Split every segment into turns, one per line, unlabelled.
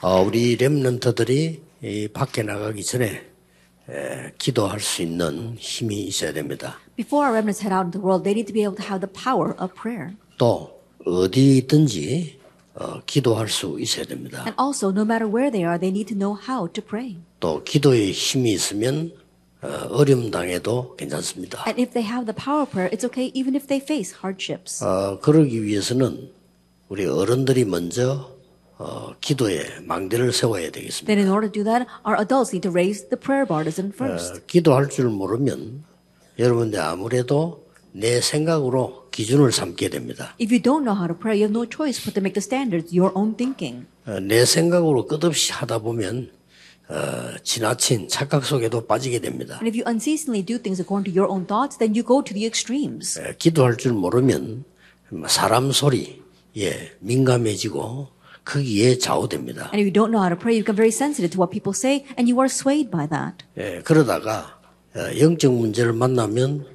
어, 우리 렘넌트들이 이 밖에 나가기 전에 에, 기도할 수 있는 힘이 있어야 됩니다.
Before our remnants head out into the world, they need to be able to have the power of prayer.
또 어디든지 어, 기도할 수 있어야 됩니다.
And also, no matter where they are, they need to know how to pray.
또 기도에 힘이 있으면 어, 어려움 당해도 괜찮습니다.
And if they have the power of prayer, it's okay even if they face hardships.
어, 그러기 위해서는 우리 어른들이 먼저 어, 기도에 망대를 세워야 되겠습니다.
Then, in order to do that, our adults need to raise the prayer partisan
어,
first.
기도할 줄 모르면 여러분들 아무래도 내 생각으로 기준을 삼게 됩니다.
If you don't know how to pray, you have no choice but to make the standards your own thinking.
어, 내 생각으로 끝없이 하다 보면 어, 지나친 착각 속에도 빠지게 됩니다.
And if you unceasingly do things according to your own thoughts, then you go to the extremes.
에, 기도할 줄 모르면 사람 소리 예 민감해지고 거기에 좌우됩니다.
And if you don't know how to pray, you become very sensitive to what people say, and you are swayed by that.
예, 그러다가 어, 영적 문제를 만나면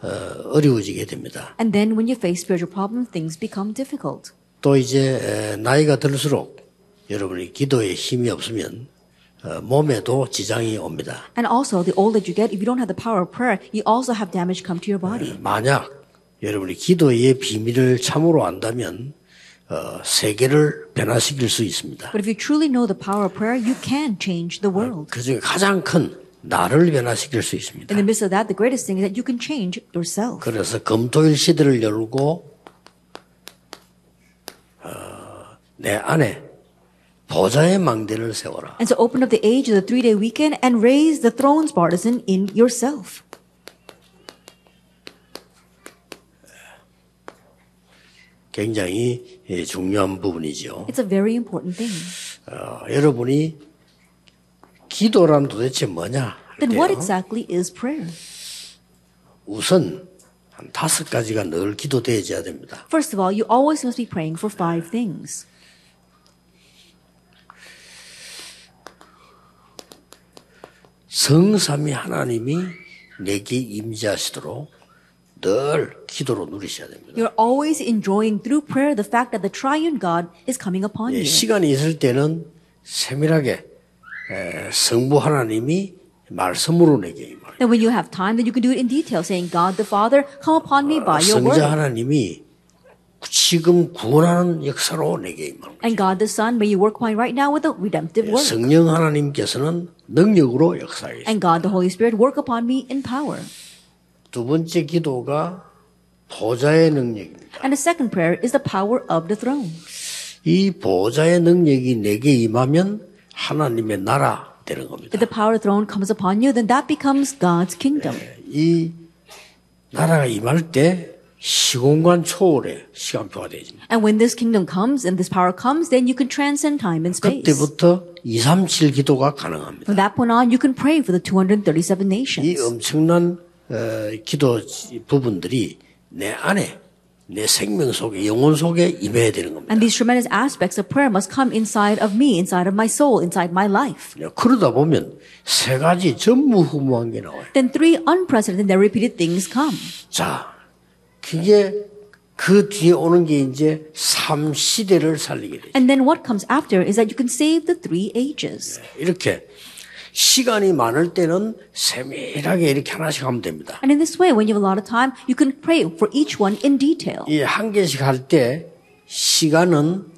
어, 어려워지게 됩니다.
And then, when you face spiritual problems, things become difficult.
또 이제 에, 나이가 들수록 여러분이 기도에 힘이 없으면 어, 몸에도 지장이 옵니다.
And also, the older you get, if you don't have the power of prayer, you also have damage come to your body.
만약 여러분이 기도의 비밀을 참으로 안다면 어, 세계를 변화시킬 수 있습니다.
But if you truly know the power of prayer, you can change the world.
그 중에 가장 큰 나를 변화시킬 수 있습니다.
In the midst of that, the greatest thing is that you can change yourself.
그래서 검토일 시대를 열고 어, 내 안에 보좌의 망대를 세워라.
And so open up the age of the three day weekend and raise the throne's partisan in yourself.
굉장히 예, 중요한 부분이죠.
It's a very important thing.
어, 여러분이 기도란 도대체 뭐냐? 할
Then what
때요.
exactly is prayer?
우선 한 다섯 가지가 늘 기도되어야 됩니다.
First of all, you always must be praying for five things.
성삼위 하나님이 내게 임재하시도록 늘 기도로 누리셔야 됩니다.
You're always enjoying through prayer the fact that the triune God is coming upon
예,
you.
시간이 있을 때는 세밀하게 에, 성부 하나님이 말씀으로 내게 임하라.
Then when you have time, then you can do it in detail, saying, God the Father, come upon me
아, Uh,
by your word.
성자 하나님이 지금 구원하는 역사로 내게 임하라.
And God the Son, may you work upon me right now with the redemptive work.
성령 하나님께서는 능력으로 역사하겠습니다.
And God the Holy Spirit, work upon me in power.
두 번째 기도가 보좌의 능력입니다.
And the second prayer is the power of the throne.
이 보좌의 능력이 내게 임하면 하나님의 나라 되는 겁니다.
If the power of the throne comes upon you, then that becomes God's kingdom.
이 나라가 임할 때 시공간 초월의 시간표가 되죠.
And when this kingdom comes and this power comes, then you can transcend time and space.
그때부터 2, 3, 7 기도가 가능합니다.
From that point on, you can pray for the
이
237 nations.
엄청난 어, 기도 부분들이 내 안에 내 생명 속에 영혼 속에 임해야 되는 겁니다.
And these tremendous aspects of prayer must come inside of me, inside of my soul, inside my life.
그러다 보면 세 가지 전무후무한 게 나와요.
Then three unprecedented and repeated things come.
자, 그게 그 뒤에 오는 게 이제 삼 시대를 살리게 돼요.
And then what comes after is that you can save the three ages.
이렇게 시간이 많을 때는 세밀하게 이렇게 하나씩 하면 됩니다.
And in this way, when you have a lot of time, you can pray for each one in detail.
이 한 개씩 할 때 시간은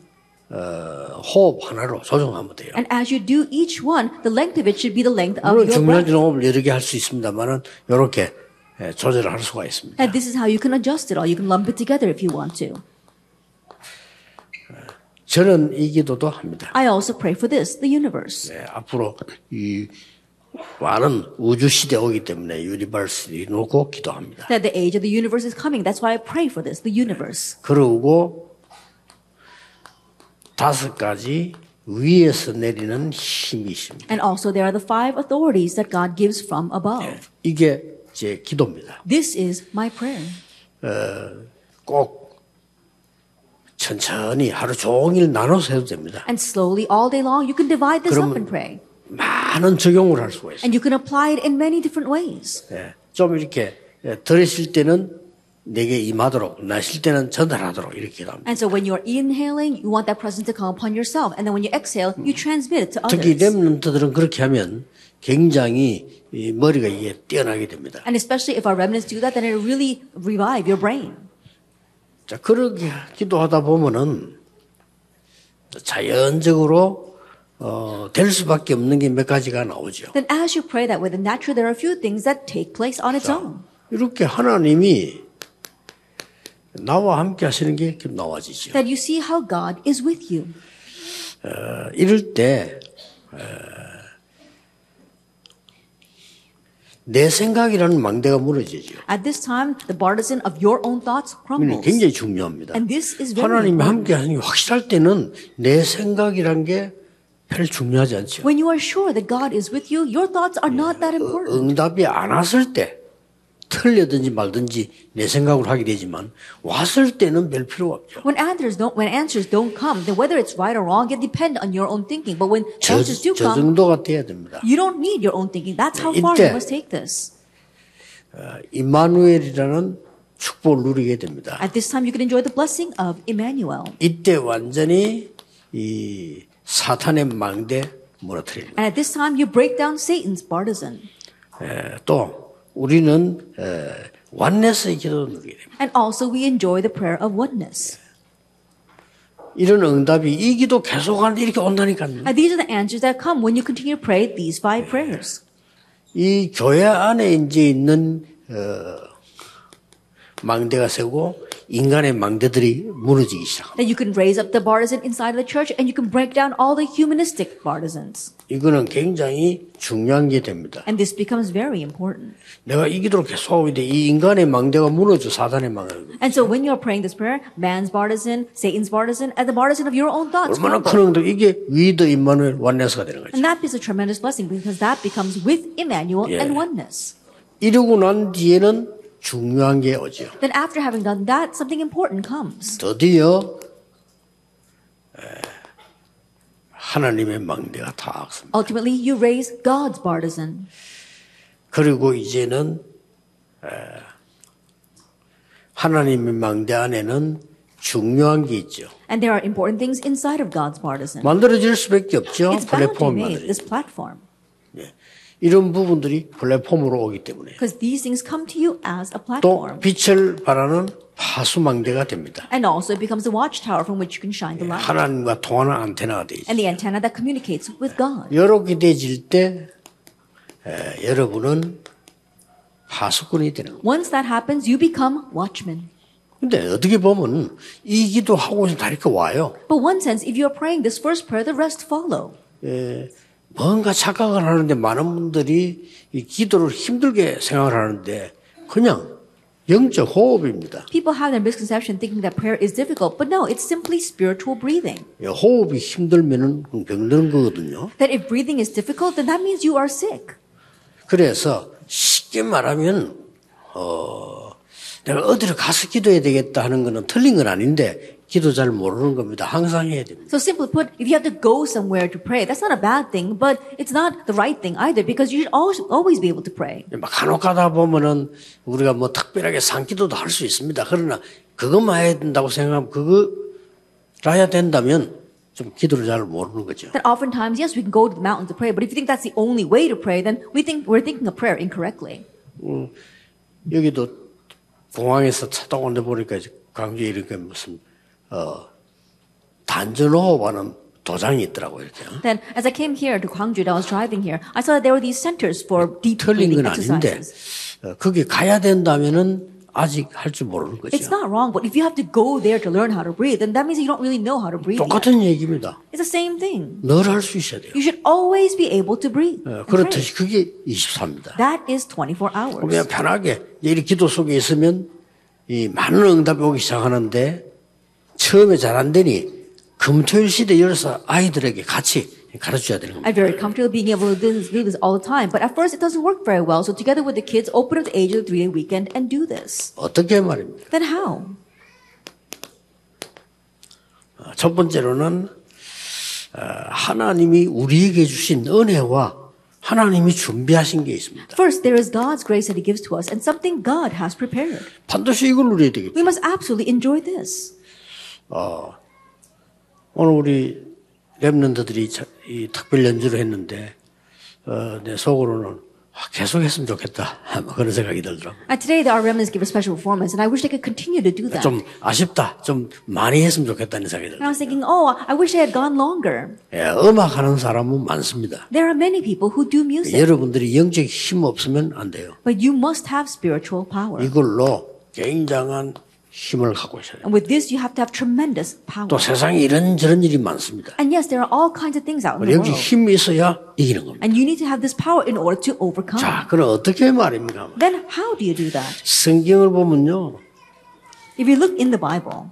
어, 호흡 하나로 조정하면 돼요.
And as you do each one, the length of it should be the length of
물론
your
중요한
breath.
종업을 여러 개 할 수 있습니다만은 이렇게 예, 조절을 할 수가 있습니다.
And this is how you can adjust it all. You can lump it together if you want to.
저는 이 기도도 합니다.
I also pray for this, the universe.
네, 앞으로 이 많은 우주 시대 오기 때문에 유니버스를 놓고 기도합니다.
That the age of the universe is coming. That's why I pray for this, the universe.
그러고 다섯 가지 위에서 내리는 힘이 있습니다.
And also, there are the five authorities that God gives from above.
이게 제 기도입니다.
This is my prayer.
꼭 천천히 하루 종일 나눠서 해도 됩니다.
And slowly, all day long, you can divide this up
그러면-
and pray.
많은 적용을 할 수가 예, 있습니다.
And you can apply it in many different ways.
예, 좀 이렇게 예, 들으실 때는 내게 임하도록 나쉴 때는 전달하도록 이렇게 기도합니다.
And so when you're inhaling, you want that presence to come upon yourself. And then when you exhale, you transmit it to
특히
others.
렘넌트들은 그렇게 하면 굉장히 이 머리가 이게 뛰어나게 됩니다.
And especially if our remnants do that, then it really revive your brain.
자, 그렇게 기도하다 보면은 자연적으로 어, 될 수밖에 없는 게 몇 가지가 나오죠.
Then as you pray that way, then naturally there are a few things that take place on its own.
이렇게 하나님이 나와 함께 하시는 게 이렇게 나와지죠.
That you see how God is with you.
어, 이럴 때, 어, 내 생각이라는 망대가 무너지죠.
At this time, the partisan of your own thoughts
이건
crumbles.
굉장히 중요합니다.
And this is very
하나님이
important.
함께 하는 게 확실할 때는 내 생각이란 게 별로 중요하지 않죠.
When you are sure that God is with you, your thoughts are not that important.
응답이 안 왔을 때 틀려든지 말든지 내 생각으로 하게 되지만 왔을 때는 별 필요가 없죠.
When answers don't, when answers don't come, then whether it's right or wrong, it depends on your own thinking. But when
저,
answers do
저
come,
정도가 돼야 됩니다.
you don't need your own thinking. That's how far
이때-
you must take this.
임마누엘이라는 축복을 누리게 됩니다.
At this time, you can enjoy the blessing of Emmanuel.
이때 완전히 이 사탄의 망대 무너뜨립니다.
And at this time, you break down Satan's partisan.
에, 또 우리는 에, 완네스의 기도를 누리게 됩니다.
And also, we enjoy the prayer of oneness.
이런 응답이 이 기도 계속하는데 이렇게 온다니까요.
And these are the answers that come when you continue to pray these five prayers.
이 교회 안에 이제 있는 어, 망대가 세고 인간의 망대들이 무너지기 시작.
That you can raise up the partisan inside of the church and you can break down all the humanistic partisans.
이거는 굉장히 중요한 게 됩니다.
And this becomes very important.
내가 이 기도를 계속하고 있는데 이 인간의 망대가 무너져 사단의 망대.
And so when you're praying this prayer, man's partisan, Satan's partisan, and the partisan of your own thoughts.
얼마나 큰 응답
crumble.
이게 위드 임마누엘 완네스가 되는 거죠.
And that is a tremendous blessing because that becomes with Emmanuel
Yeah.
and oneness.
이러고 난 뒤에는 중요한 게 오죠.
Then after having done that, something important comes.
드디어 에, 하나님의 망대가 다 없습니다.
Ultimately, you raise God's partisan.
그리고 이제는 에, 하나님의 망대 안에는 중요한 게 있죠.
And there are important things inside of God's partisan.
만들어질 수밖에 없죠.
It's bound to be made,
플랫폼만들이.
this platform.
이런 부분들이 플랫폼으로 오기 때문에
Because these things come to you as a platform.
또 빛을 발하는 파수망대가 됩니다.
And also, it becomes a watchtower from which you can shine the light
하나님과 통하는 안테나가 되죠.
and the antenna that communicates with God.
이렇게 되질 때 에, 여러분은 파수꾼이 되는 거예요.
Once that happens, you become watchmen.
근데 어떻게 보면 이 기도하고 있으면 다 이렇게 와요.
But one sense, if you are praying this first prayer, the rest follow.
뭔가 착각을 하는데 많은 분들이 이 기도를 힘들게 생각을 하는데 그냥 영적 호흡입니다.
People have their misconception thinking that prayer is difficult, but no, it's simply spiritual breathing.
예, 호흡이 힘들면은 병드는 거거든요.
That if breathing is difficult, then that means you are sick.
그래서 쉽게 말하면 어 내가 어디로 가서 기도해야 되겠다 하는 거는 틀린 건 아닌데 기도 잘 모르는 겁니다. 항상 해야 됩니다.
So simply put, if you have to go somewhere to pray, that's not a bad thing, but it's not the right thing either because you should always, always be able to pray.
막 간혹 가다 보면은 우리가 뭐 특별하게 산기도도 할 수 있습니다. 그러나 그것만 해야 된다고 생각하면 그거라야 된다면 좀 기도를 잘 모르는 거죠.
That oftentimes, yes, we can go to the mountain to pray, but if you think that's the only way to pray, then we think we're thinking of prayer incorrectly.
여기도 공항에서 차 타고 온데 보니까 이제 광주에 이렇게 무슨 어 단전호흡하는 도장이 있더라고요. 이렇게.
Then, as I came here to Gwangju, I was driving here, I saw that there were these centers for deep
틀린
breathing
건 아닌데
exercises.
어, 거기 가야 된다면은 아직 할 줄 모르는
It's
거죠.
not wrong, but if you have to go there to learn how to breathe, then that means you don't really know how to breathe. yet.
똑같은 얘기입니다.
It's the same thing.
늘 할 수 있어야 돼요.
You should always be able to breathe.
어,
and pray.
그렇듯이 그게 24입니다.
That is 24 hours.
그냥 편하게 이 기도 속에 있으면 이 많은 응답이 오기 시작하는데 처음에 잘 안 되니 금토일 시대 열어서 아이들에게 같이 가르쳐야 되는 겁니다.
I'm very comfortable being able to do this, do this all the time, but at first it doesn't work very well. So together with the kids, open up the age of the three-day weekend and do this.
어떻게 말입니까?
Then how?
어, 첫 번째로는 어, 하나님이 우리에게 주신 은혜와 하나님이 준비하신 게 있습니다.
First, there is God's grace that He gives to us and something God has prepared.
반드시 이걸 누려야 되겠죠.
We must absolutely enjoy this.
오늘 우리 랩런더들이 자- 이 특별 연주를 했는데 어, 내 속으로는 아, 계속 했으면 좋겠다. 아마 그런 생각이 들더라고.
And today, our remnants give a special performance, and I wish they could continue to do that. And
좀 아쉽다. 좀 많이 했으면 좋겠다는 생각이 들더라고.
I was thinking, oh, I wish they had gone longer.
예, 음악 하는 사람은 많습니다.
There are many people who do music,
여러분들이 영적 힘 없으면 안 돼요.
but you must have spiritual power.
이걸로 굉장한 힘을 갖고 있어요.
And with this, you have to have tremendous
또
power.
세상에 이런저런 일이 많습니다.
And yes, there are all kinds of things out in the
영적
world.
힘이 있어야 이기는 겁니다.
And you need to have this power in order to overcome.
자, 그럼 어떻게 말입니까?
Then how do you do that?
성경을 보면요.
If you look in the Bible,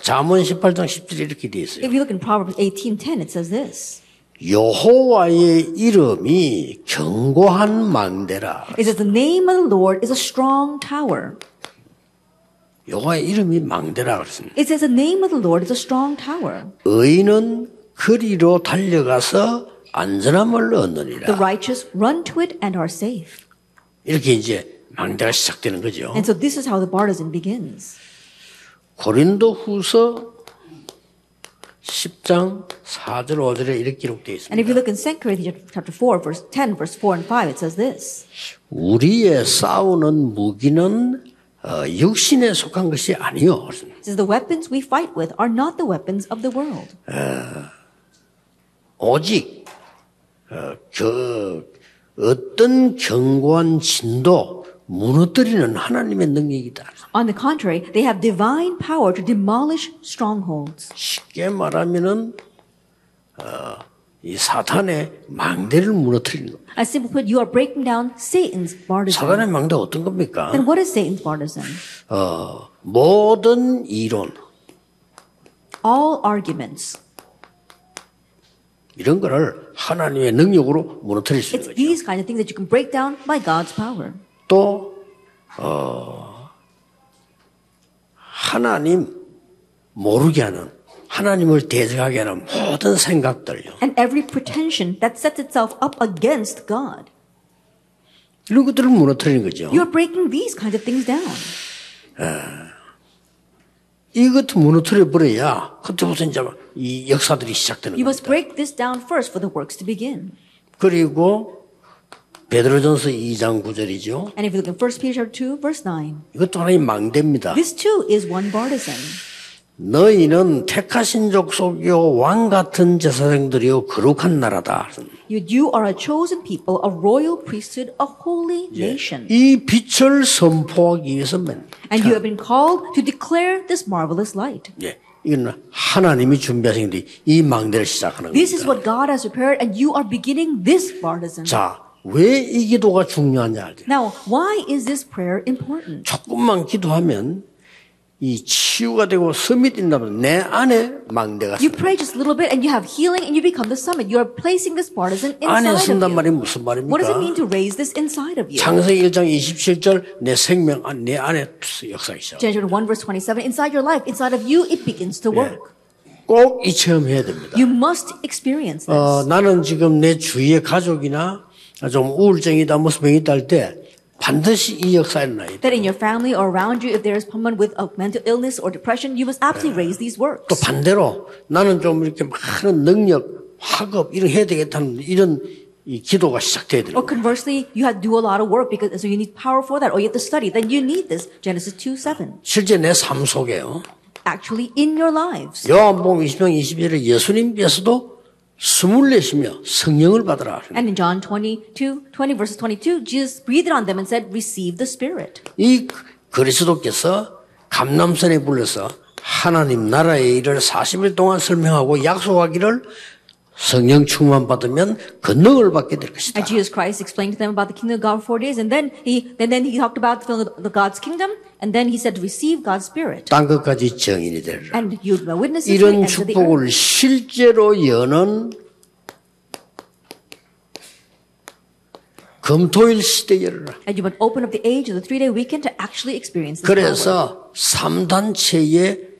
잠언 18장 10절에 이렇게 되어 있어요.
if you look in Proverbs 18:10, it says this.
여호와의 이름이 견고한 망대라.
It says the name of the Lord is a strong tower.
여호와의 이름이 망대라 그랬습니다.
It says the name of the Lord is a strong tower.
의인은 거리로 달려가서 안전함을
The
얻느니라.
righteous run to it and are safe.
이렇게 이제 망대가 시작되는 거죠.
And so this is how the bartizan begins.
고린도후서 10장 4절 5절에 이렇게 기록되어
And if you
있습니다.
look in 2 Corinthians chapter 4, verse 10, verse 4 and 5, it says this.
우리의 싸우는 무기는 어, 육신에 속한 것이 아니요. 그랬습니다.
It says the weapons we fight with are not the weapons of the world,
오직 어, 그 어떤 견고한 진도 무너뜨리는 하나님의 능력이다.
On the contrary, they have divine power to demolish strongholds.
쉽게 말하면은 어, 이 사탄의 망대를 무너뜨리는 겁니다.
As simply put, you are breaking down Satan's bartizan.
사탄의 망대 어떤 겁니까?
Then what is Satan's bartizan?
어, 모든 이론
All arguments.
이런 거를 하나님의 능력으로 무너뜨릴 수 있는
It's
거죠.
these kind of things that you can break down by God's power.
또 어, 하나님 모르게 하는 하나님을 대적하게 하는 모든 생각들요.
And every pretension that sets itself up against God.
이런 것들을 무너뜨리는 거죠.
You're breaking these kinds of things down.
이것도 무너뜨려 버려야 그때부터 이제 이 역사들이 시작되는
You
거예요.
must break this down first for the works to begin.
그리고 베드로전서 2장 9절이죠.
And if you look in 1 Peter 2, verse 9,
이것도 하나의 망대입니다.
this too is one bartizan.
너희는 택하신 족속이요 왕 같은 제사장들이요 거룩한 나라다.
You, you are a chosen people, a royal priesthood, a holy nation.
이 빛을 선포하기 위해서만
And you have been called to declare this marvelous light.
예, 이건 하나님이 준비하신 데이 망대를 시작하는
This is
겁니다.
what God has prepared, and you are beginning this bartizan.
자, 왜 이 기도가 중요하냐 하죠.
Now, why is this prayer important?
조금만 기도하면 이 치유가 되고 섬이 된다면 내 안에 망대가
You
쓴다.
pray just a little bit, and you have healing, and you become the summit. You are placing this bartizan
안에
inside
쓴단
of
말이
you.
무슨
What does
말입니까?
it mean to raise this inside of you?
창세기 1장 27절 내 생명 안, 내 안에 역사가 시작.
Genesis 1 verse 27, inside your life, inside of you, it begins to work.
꼭 이 체험해야 됩니다.
You must experience this.
어, 나는 지금 내 주위의 가족이나 좀 우울증이다, 무슨 병이 있다 할 때 반드시 이 역사에 나이
that in your family or around you, if there is someone with a mental illness or depression, you must absolutely raise these
또
works.
반대로 나는 좀 이렇게 많은 능력, 학업 이런 해야 되겠다는 이런 이 기도가 시작돼야 돼요.
Or conversely, you have to do a lot of work because so you need power for that, or you have to study. Then you need this Genesis 2 7.
실제 내 삶 속에요.
Actually, in your lives,
요한복음 20장 21절에 예수님께서도 숨을 내쉬며 성령을 받으라.
and in John 22 20 verses 22, Jesus breathed on them and said, "Receive the Spirit."
이 그리스도께서 감남산에 불러서 하나님 나라의 일을 40일 동안 설명하고 약속하기를 성령 충만 받으면 권능을 받게 될 것이다.
And Jesus Christ explained to them about the kingdom of God for four days, and then he and then he talked about the, the God's kingdom, and then he said, "Receive God's Spirit."
땅 끝까지 정인이 되리라.
And you will witness to the
이런
ends of the earth.
축복을 실제로 여는 금토일 시대에 열어라.
And you must open up the age of the three-day weekend to actually experience this power.
그래서 삼단체의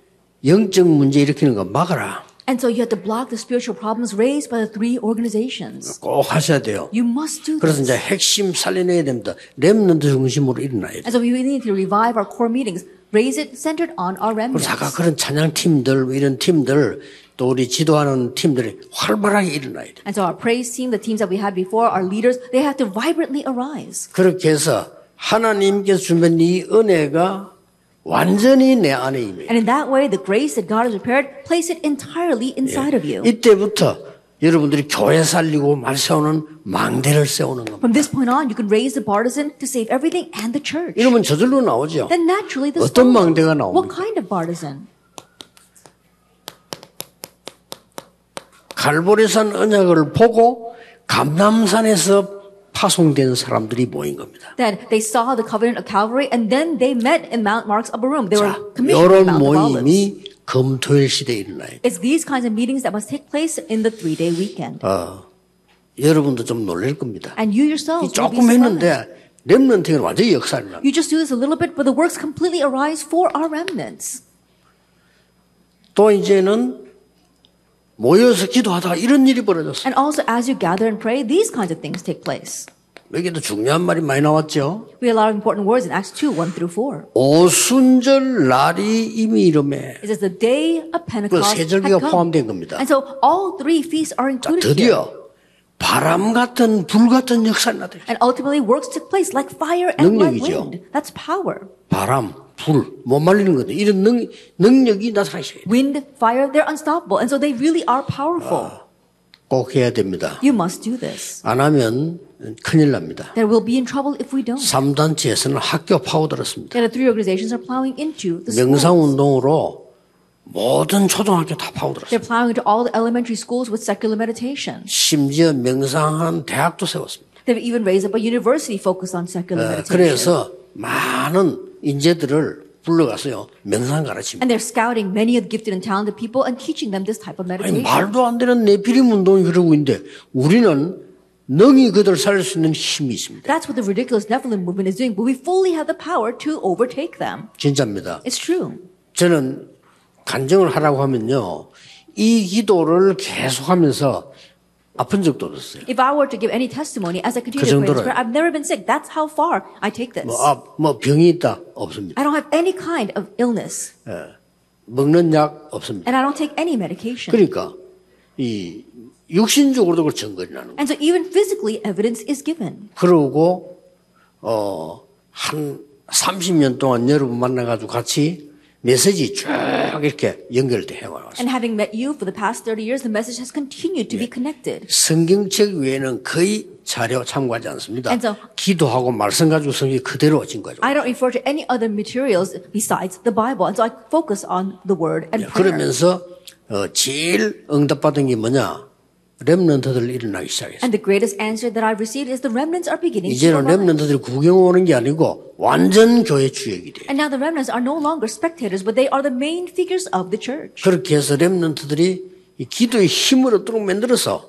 영적 문제 일으키는 거 막아라.
And so you have to block the spiritual problems raised by the three organizations.
꼭 하셔야 돼요.
You must do
그래서
this.
이제 핵심 살려내야 됩니다. 렘넌트 중심으로 일어나야 돼요.
And so we really need to revive our core meetings, raise it centered on our remnants.
그래서 아까 그런 찬양팀들, 뭐 이런 팀들, 또 우리 지도하는 팀들이 활발하게 일어나야 돼요.
And so our praise team, the teams that we had before, our leaders, they have to vibrantly arise.
그렇게 해서 하나님께서 주면 이 은혜가 완전히 내 안에 임해요.
And in that way, the grace that God has prepared, place it entirely inside of you.
이때부터 여러분들이 교회 살리고 말 세우는 망대를 세우는 겁니다.
From this point on, you can raise the partisan to save everything and the church.
이러면 저절로 나오죠.
Then naturally, this
어떤
follows.
망대가 나옵니까?
What kind of partisan?
갈보리산 언약을 보고 감남산에서 파송된 사람들이 모인 겁니다.
Then they saw the covenant of Calvary, and then they met in Mount Mark's upper room. They were
자,
commissioned in
이런
Mount of Olives.
모임이 금토일 시대에 일어나요.
It's these kinds of meetings that must take place in the three-day weekend.
여러분도 좀 놀랄 겁니다.
And you yourselves will be
조금
surprised.
했는데 렘넌트는 완전히 역사를 납니다.
You just do this a little bit, but the works completely arise for our remnants.
또 이제는 모여서 기도하다가 이런 일이 벌어졌어요.
And also, as you gather and pray, these kinds of things take place.
여기도 중요한 말이 많이 나왔죠.
We have a lot of important words in Acts 2, 1 through 4.
오순절 날이 이미 이름에
It says the day of Pentecost had
세절기가
come.
포함된 겁니다.
And so all three feasts are included here.
드디어 바람 같은 불 같은 역사가 나타요
And ultimately works took place like fire and like
능력이죠.
wind. That's power.
바람, 불, 못 말리는 거죠. 이런 능, 능력이 나타나셔요.
Wind, fire, they're unstoppable. And so they really are powerful.
꼭 해야 됩니다.
You must do this.
안 하면 큰일 납니다.
There will be in trouble if we don't.
3단체에서는 학교 파고들었습니다.
And the three organizations are plowing into the schools.
명상운동으로 모든 초등학교 다 파고들었어요.
They're plowing into all the elementary schools with secular meditation.
심지어 명상하는 대학도 세웠습니다.
They've even raised up a university focused on secular
어,
meditation.
그래서 많은 인재들을 불러가서요. 명상 가르칩니다.
And they're scouting many of the gifted and talented people and teaching them this type of
아니,
meditation.
말도 안 되는 내피림 운동이 그러고 있는데 우리는 능히 그들 살릴 수 있는 힘이 있습니다.
That's what the ridiculous Nephilim movement is doing, but we fully have the power to overtake them.
진짜입니다.
It's true.
저는 간증을 하라고 하면요. 이 기도를 계속하면서 아픈 적도 없었어요.
If I were to give any testimony as I continue
그
to pray this
정도로요.
prayer, I've never been sick. That's how far I take this.
뭐, 아, 뭐 병이 있다 없습니다.
I don't have any kind of illness,
먹는 약 없습니다.
and I don't take any medication.
그러니까 이 육신적으로도 그 증거이 나는 거예요.
And so even physically, evidence is given.
그러고 어, 어한 30년 동안 여러분 만나가지고 같이 메시지 쭉 이렇게 연결돼 해왔어요.
And having met you for the past 30 years, the message has continued to be connected.
성경책 외에는 거의 자료 참고하지 않습니다.
And so-
기도하고 말씀 가지고 성경 그대로 진 거죠.
I don't refer to any other materials besides the Bible, and so I focus on the Word and prayer.
그러면서 어, 제일 응답받은 게 뭐냐? 렘넌트들 일어나기 시작했어요.
And the greatest answer that I've received is the remnants are beginning to
이제는
arrive.
렘넌트들이 구경 오는 게 아니고 완전 교회 주역이 돼요.
And now the remnants are no longer spectators, but they are the main figures of the church.
그렇게 해서 렘넌트들이 이 기도의 힘을 얻도록 만들어서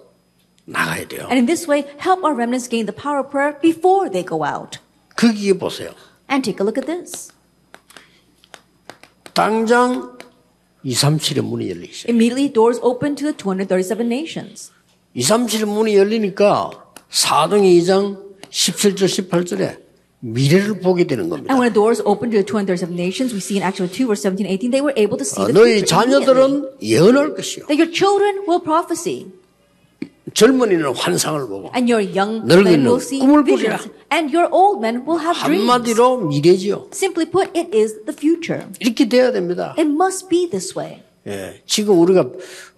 나가야 돼요.
And in this way, help our remnants gain the power of prayer before they go out.
거기에 보세요.
And take a look at this.
당장 237의 문이 열리기 시작.
Immediately, doors open to the 237 nations.
237의 문이 열리니까 사도행 2장 17절 18절에 미래를 보게 되는 겁니다.
And when the doors open to the 237 nations, we see in Acts chapter 2, verse 17, 18, they were able to see
어,
the
너희
future immediately.
자녀들은 예언할 것이요.
That your children will prophesy,
젊은이는 환상을 보고
and your young
늙은
men
이는
will see
꿈을
visions,
꾸리라.
and your old men will have dreams.
한마디로 미래지요.
Simply put, it is the future.
이렇게 돼야 됩니다.
It must be this way.
예, 지금 우리가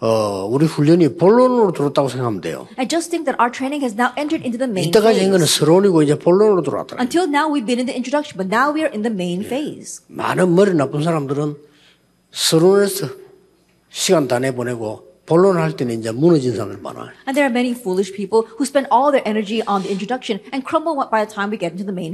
어, 우리 훈련이 본론으로 들었다고 생각하면 돼요.
I just think that our training has now entered into the main
이때까지 한 거는
phase.
서론이고 이제 본론으로 들어왔더라.
Until now, we've been in the introduction, but now we are in the main phase.
많은 머리 나쁜 사람들은 서론에서 시간 다 내보내고 본론 할 때는 이제 무너진 사람들 많아요.
And there are many foolish people who spend all their energy on the introduction and crumble by the time we get into the main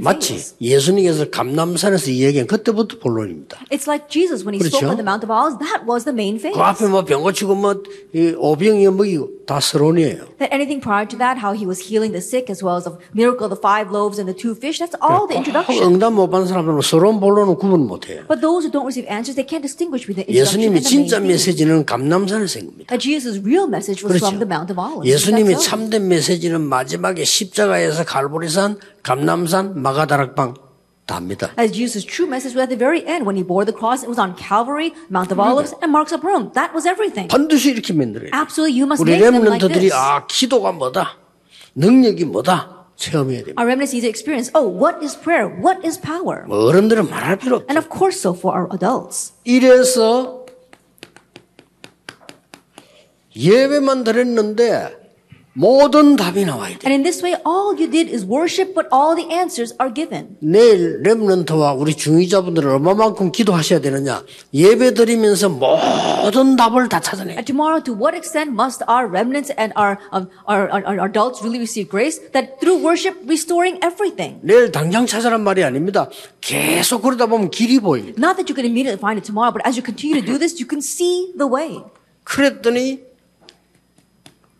마치
phase.
예수님께서 감남산에서 이야기한 그때부터 본론입니다.
It's like Jesus when he spoke
그렇죠. 뭐
on the Mount of Olives, that was the main phase.
그 앞에 뭐 병고치고 뭐 이 오병이어 먹이고 다 서론이에요.
That anything prior to that, how he was healing the sick, as well as the miracle of the five loaves and the two fish, that's all the
혹
introduction.
응답 못 받은 사람들은 서론 본론은 구분 못해요.
But those who don't receive answers, they can't distinguish between the introduction
예수님이
and the main
진짜
thing.
메시지는 감남산에서 한 겁니다.
That Jesus' real message was
그렇죠.
from the Mount of Olives.
예수님이
That's so.
참된 메시지는 마지막에 십자가에서 갈보리산, 감남산, 마가다락방 다 합니다.
As Jesus' true message was at the very end when he bore the cross, it was on Calvary, Mount of Olives, and Marks of Rome. That was everything.
반드시 이렇게 만들어요.
Absolutely, you must
우리
make them like
렘런트들이
this.
아 기도가 뭐다, 능력이 뭐다 체험해야 됩니다.
Our remnants need to experience, oh, what is prayer? What is power?
뭐 어른들은 말할 필요 없죠.
And of course, so for our adults.
이래서 예배만 드렸는데 모든 답이 나와야 돼.
And in this way, all you did is worship, but all the answers are given.
내일 렘런트와 우리 중위자분들은 얼마만큼 기도하셔야 되느냐? 예배 드리면서 모든 답을 다 찾아내.
And tomorrow, to what extent must our remnants and our, um, our, our, our adults really receive grace? That through worship, restoring everything.
내일 당장 찾아란 말이 아닙니다. 계속 그러다 보면 길이 보입니다.
Not that you can immediately find it tomorrow, but as you continue to do this, you can see the way.
그랬더니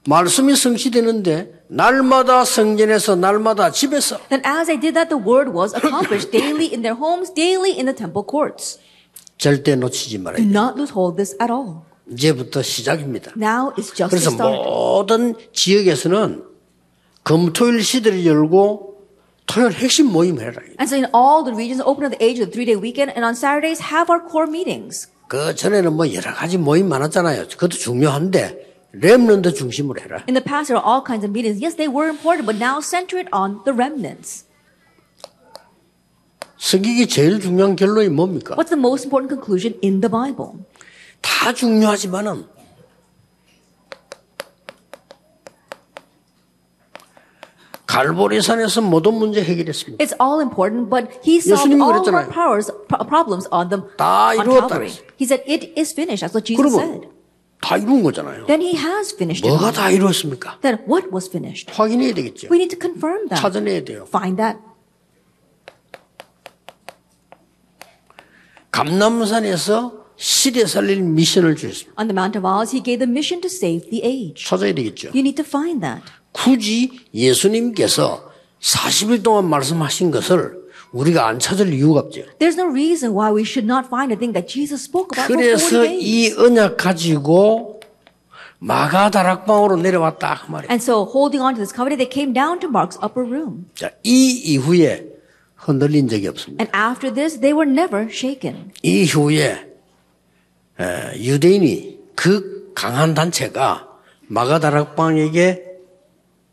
말씀이 성취되는데 날마다 성전에서 날마다 집에서
Then as I did that, the word was accomplished daily in their homes, daily in the temple courts.
절대 놓치지
Do
말아요.
not lose hold of this at all.
이제부터 시작입니다.
Now it's just the
그래서
start.
모든 지역에서는 금토일 시대를 열고 토요일 핵심 모임을 해라.
And so in all the regions, open up the age of the three-day weekend, and on Saturdays, have our core meetings.
그 전에는 뭐 여러 가지 모임 많았잖아요. 그것도 중요한데 렘런드 중심으로 해라.
In the past, there were all kinds of meetings. Yes, they were important, but now center it on the remnants.
성경이 제일 중요한 결론이 뭡니까?
What's the most important conclusion in the Bible?
다 중요하지만은 갈보리산에서 모든 문제 해결했습니다.
It's all important, but he solved
예수님이
all our
그랬잖아요.
powers, pro- problems on them
다
on
이루었다
Calvary.
그랬어요.
He said, "It is finished." That's what Jesus said.
그러면 다 이룬 거잖아요.
Then he has finished it.
뭐가 다 이루었습니까?
Then what was finished?
확인해야 되겠죠.
We need to confirm that.
찾아내야 돼요.
Find that.
감남산에서 시대 살릴 미션을 주셨습니다.
On the Mount of Olives, he gave the mission to save the age.
찾아야 되겠죠.
You need to find that.
굳이 예수님께서 40일 동안 말씀하신 것을 우리가 안 찾을 이유가 없죠.
There's no reason why we should not find a thing that Jesus spoke about for 40
그래서
days.
이 언약 가지고 마가다락방으로 내려왔다 그 말이에요.
And so, holding on to this covenant, they came down to Mark's upper room.
자, 이 이후에 흔들린 적이 없습니다.
And after this, they were never shaken.
이 후에 에, 유대인이 그 강한 단체가 마가다락방에게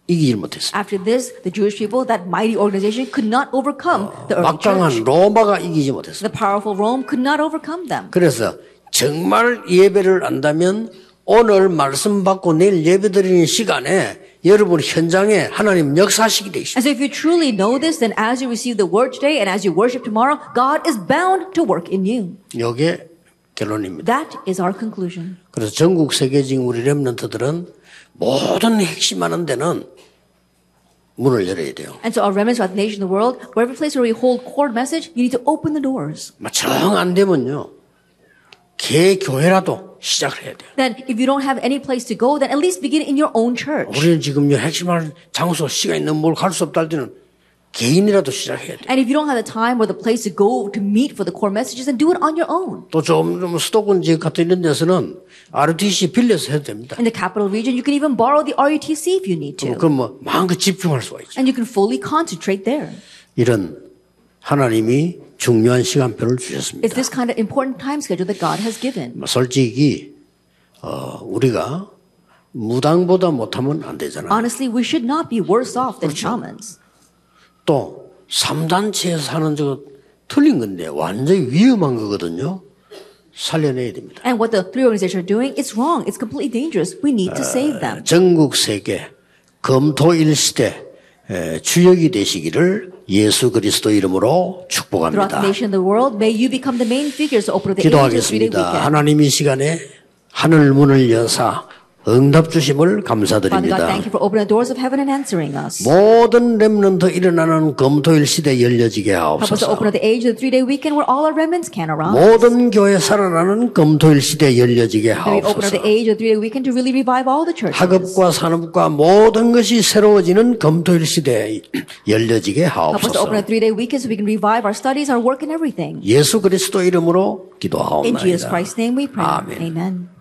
이기질 못했어요.
After this, the Jewish people, that mighty organization, could not overcome the early
막강한
church.
로마가 이기지 못했어요.
The powerful Rome could not overcome them.
그래서 정말 예배를 안다면 오늘 말씀 받고 내일 예배 드리는 시간에 여러분 현장에 하나님 역사하시게 되십시오.
And so, if you truly know this, then as you receive the word today and as you worship tomorrow, God is bound to work in you.
이게 결론입니다.
That is our conclusion.
그래서 전국 세계 지금 우리 렘런트들은 모든 핵심하는 데는 문을 열어야 돼요.
And so our remnants throughout the nation, the world, wherever place where we hold core message, you need to open the doors.
뭐 정안 되면요. 개교회라도 시작을 해야 돼요.
Then if you don't have any place to go, then at least begin in your own church.
우리는 지금 요 핵심할 장소 시간이 너무 멀고 갈수 없다 할 때는 개인이라도 시작해야 돼요.
And if you don't have the time or the place to go to meet for the core messages, then do it on your own.
또좀 좀 수도권 지역 같은 이런 데서는 RTC 빌려서 해도 됩니다.
In the capital region, you can even borrow the RUTC if you need to.
그럼 뭐 마음껏 집중할 수가 있죠.
And you can fully concentrate there.
이런 하나님이 중요한 시간표를
It's
주셨습니다.
this kind of important time schedule that God has given.
뭐 솔직히 어, 우리가 무당보다 못하면 안 되잖아요.
Honestly, we should not be worse off than shamans.
또 3단체에서 하는 저거 틀린 건데 완전히 위험한 거거든요. 살려내야 됩니다.
And what the three organizations are doing, it's wrong. It's completely dangerous. We need to save them.
전국 세계 검토일 시대 에, 주역이 되시기를 예수 그리스도 이름으로
Throughout the
축복합니다.
nation of the world, may you become the main figures to open up the angels three-day
기도하겠습니다.
weekend.
하나님 이 시간에 하늘 문을 여사 응답 주심을
Father God,
감사드립니다.
thank you for opening the doors of heaven and answering us.
모든 렘넌트 일어나는 검토일 시대 열려지게
Help us to
하옵소서.
open up the age of the three-day weekend where all our remnants can around.
모든 교회 살아나는 검토일 시대 열려지게
May we open up
하옵소서.
the age of the three-day weekend to really revive all the churches.
학업과 산업과 모든 것이 새로워지는 검토일 시대에 열려지게
Help us to open
하옵소서.
a three-day weekend so we can revive our studies, our work, and everything.
예수 그리스도 이름으로
In
기도하옵나이다.
Jesus Christ's name we pray.
Amen.
Amen.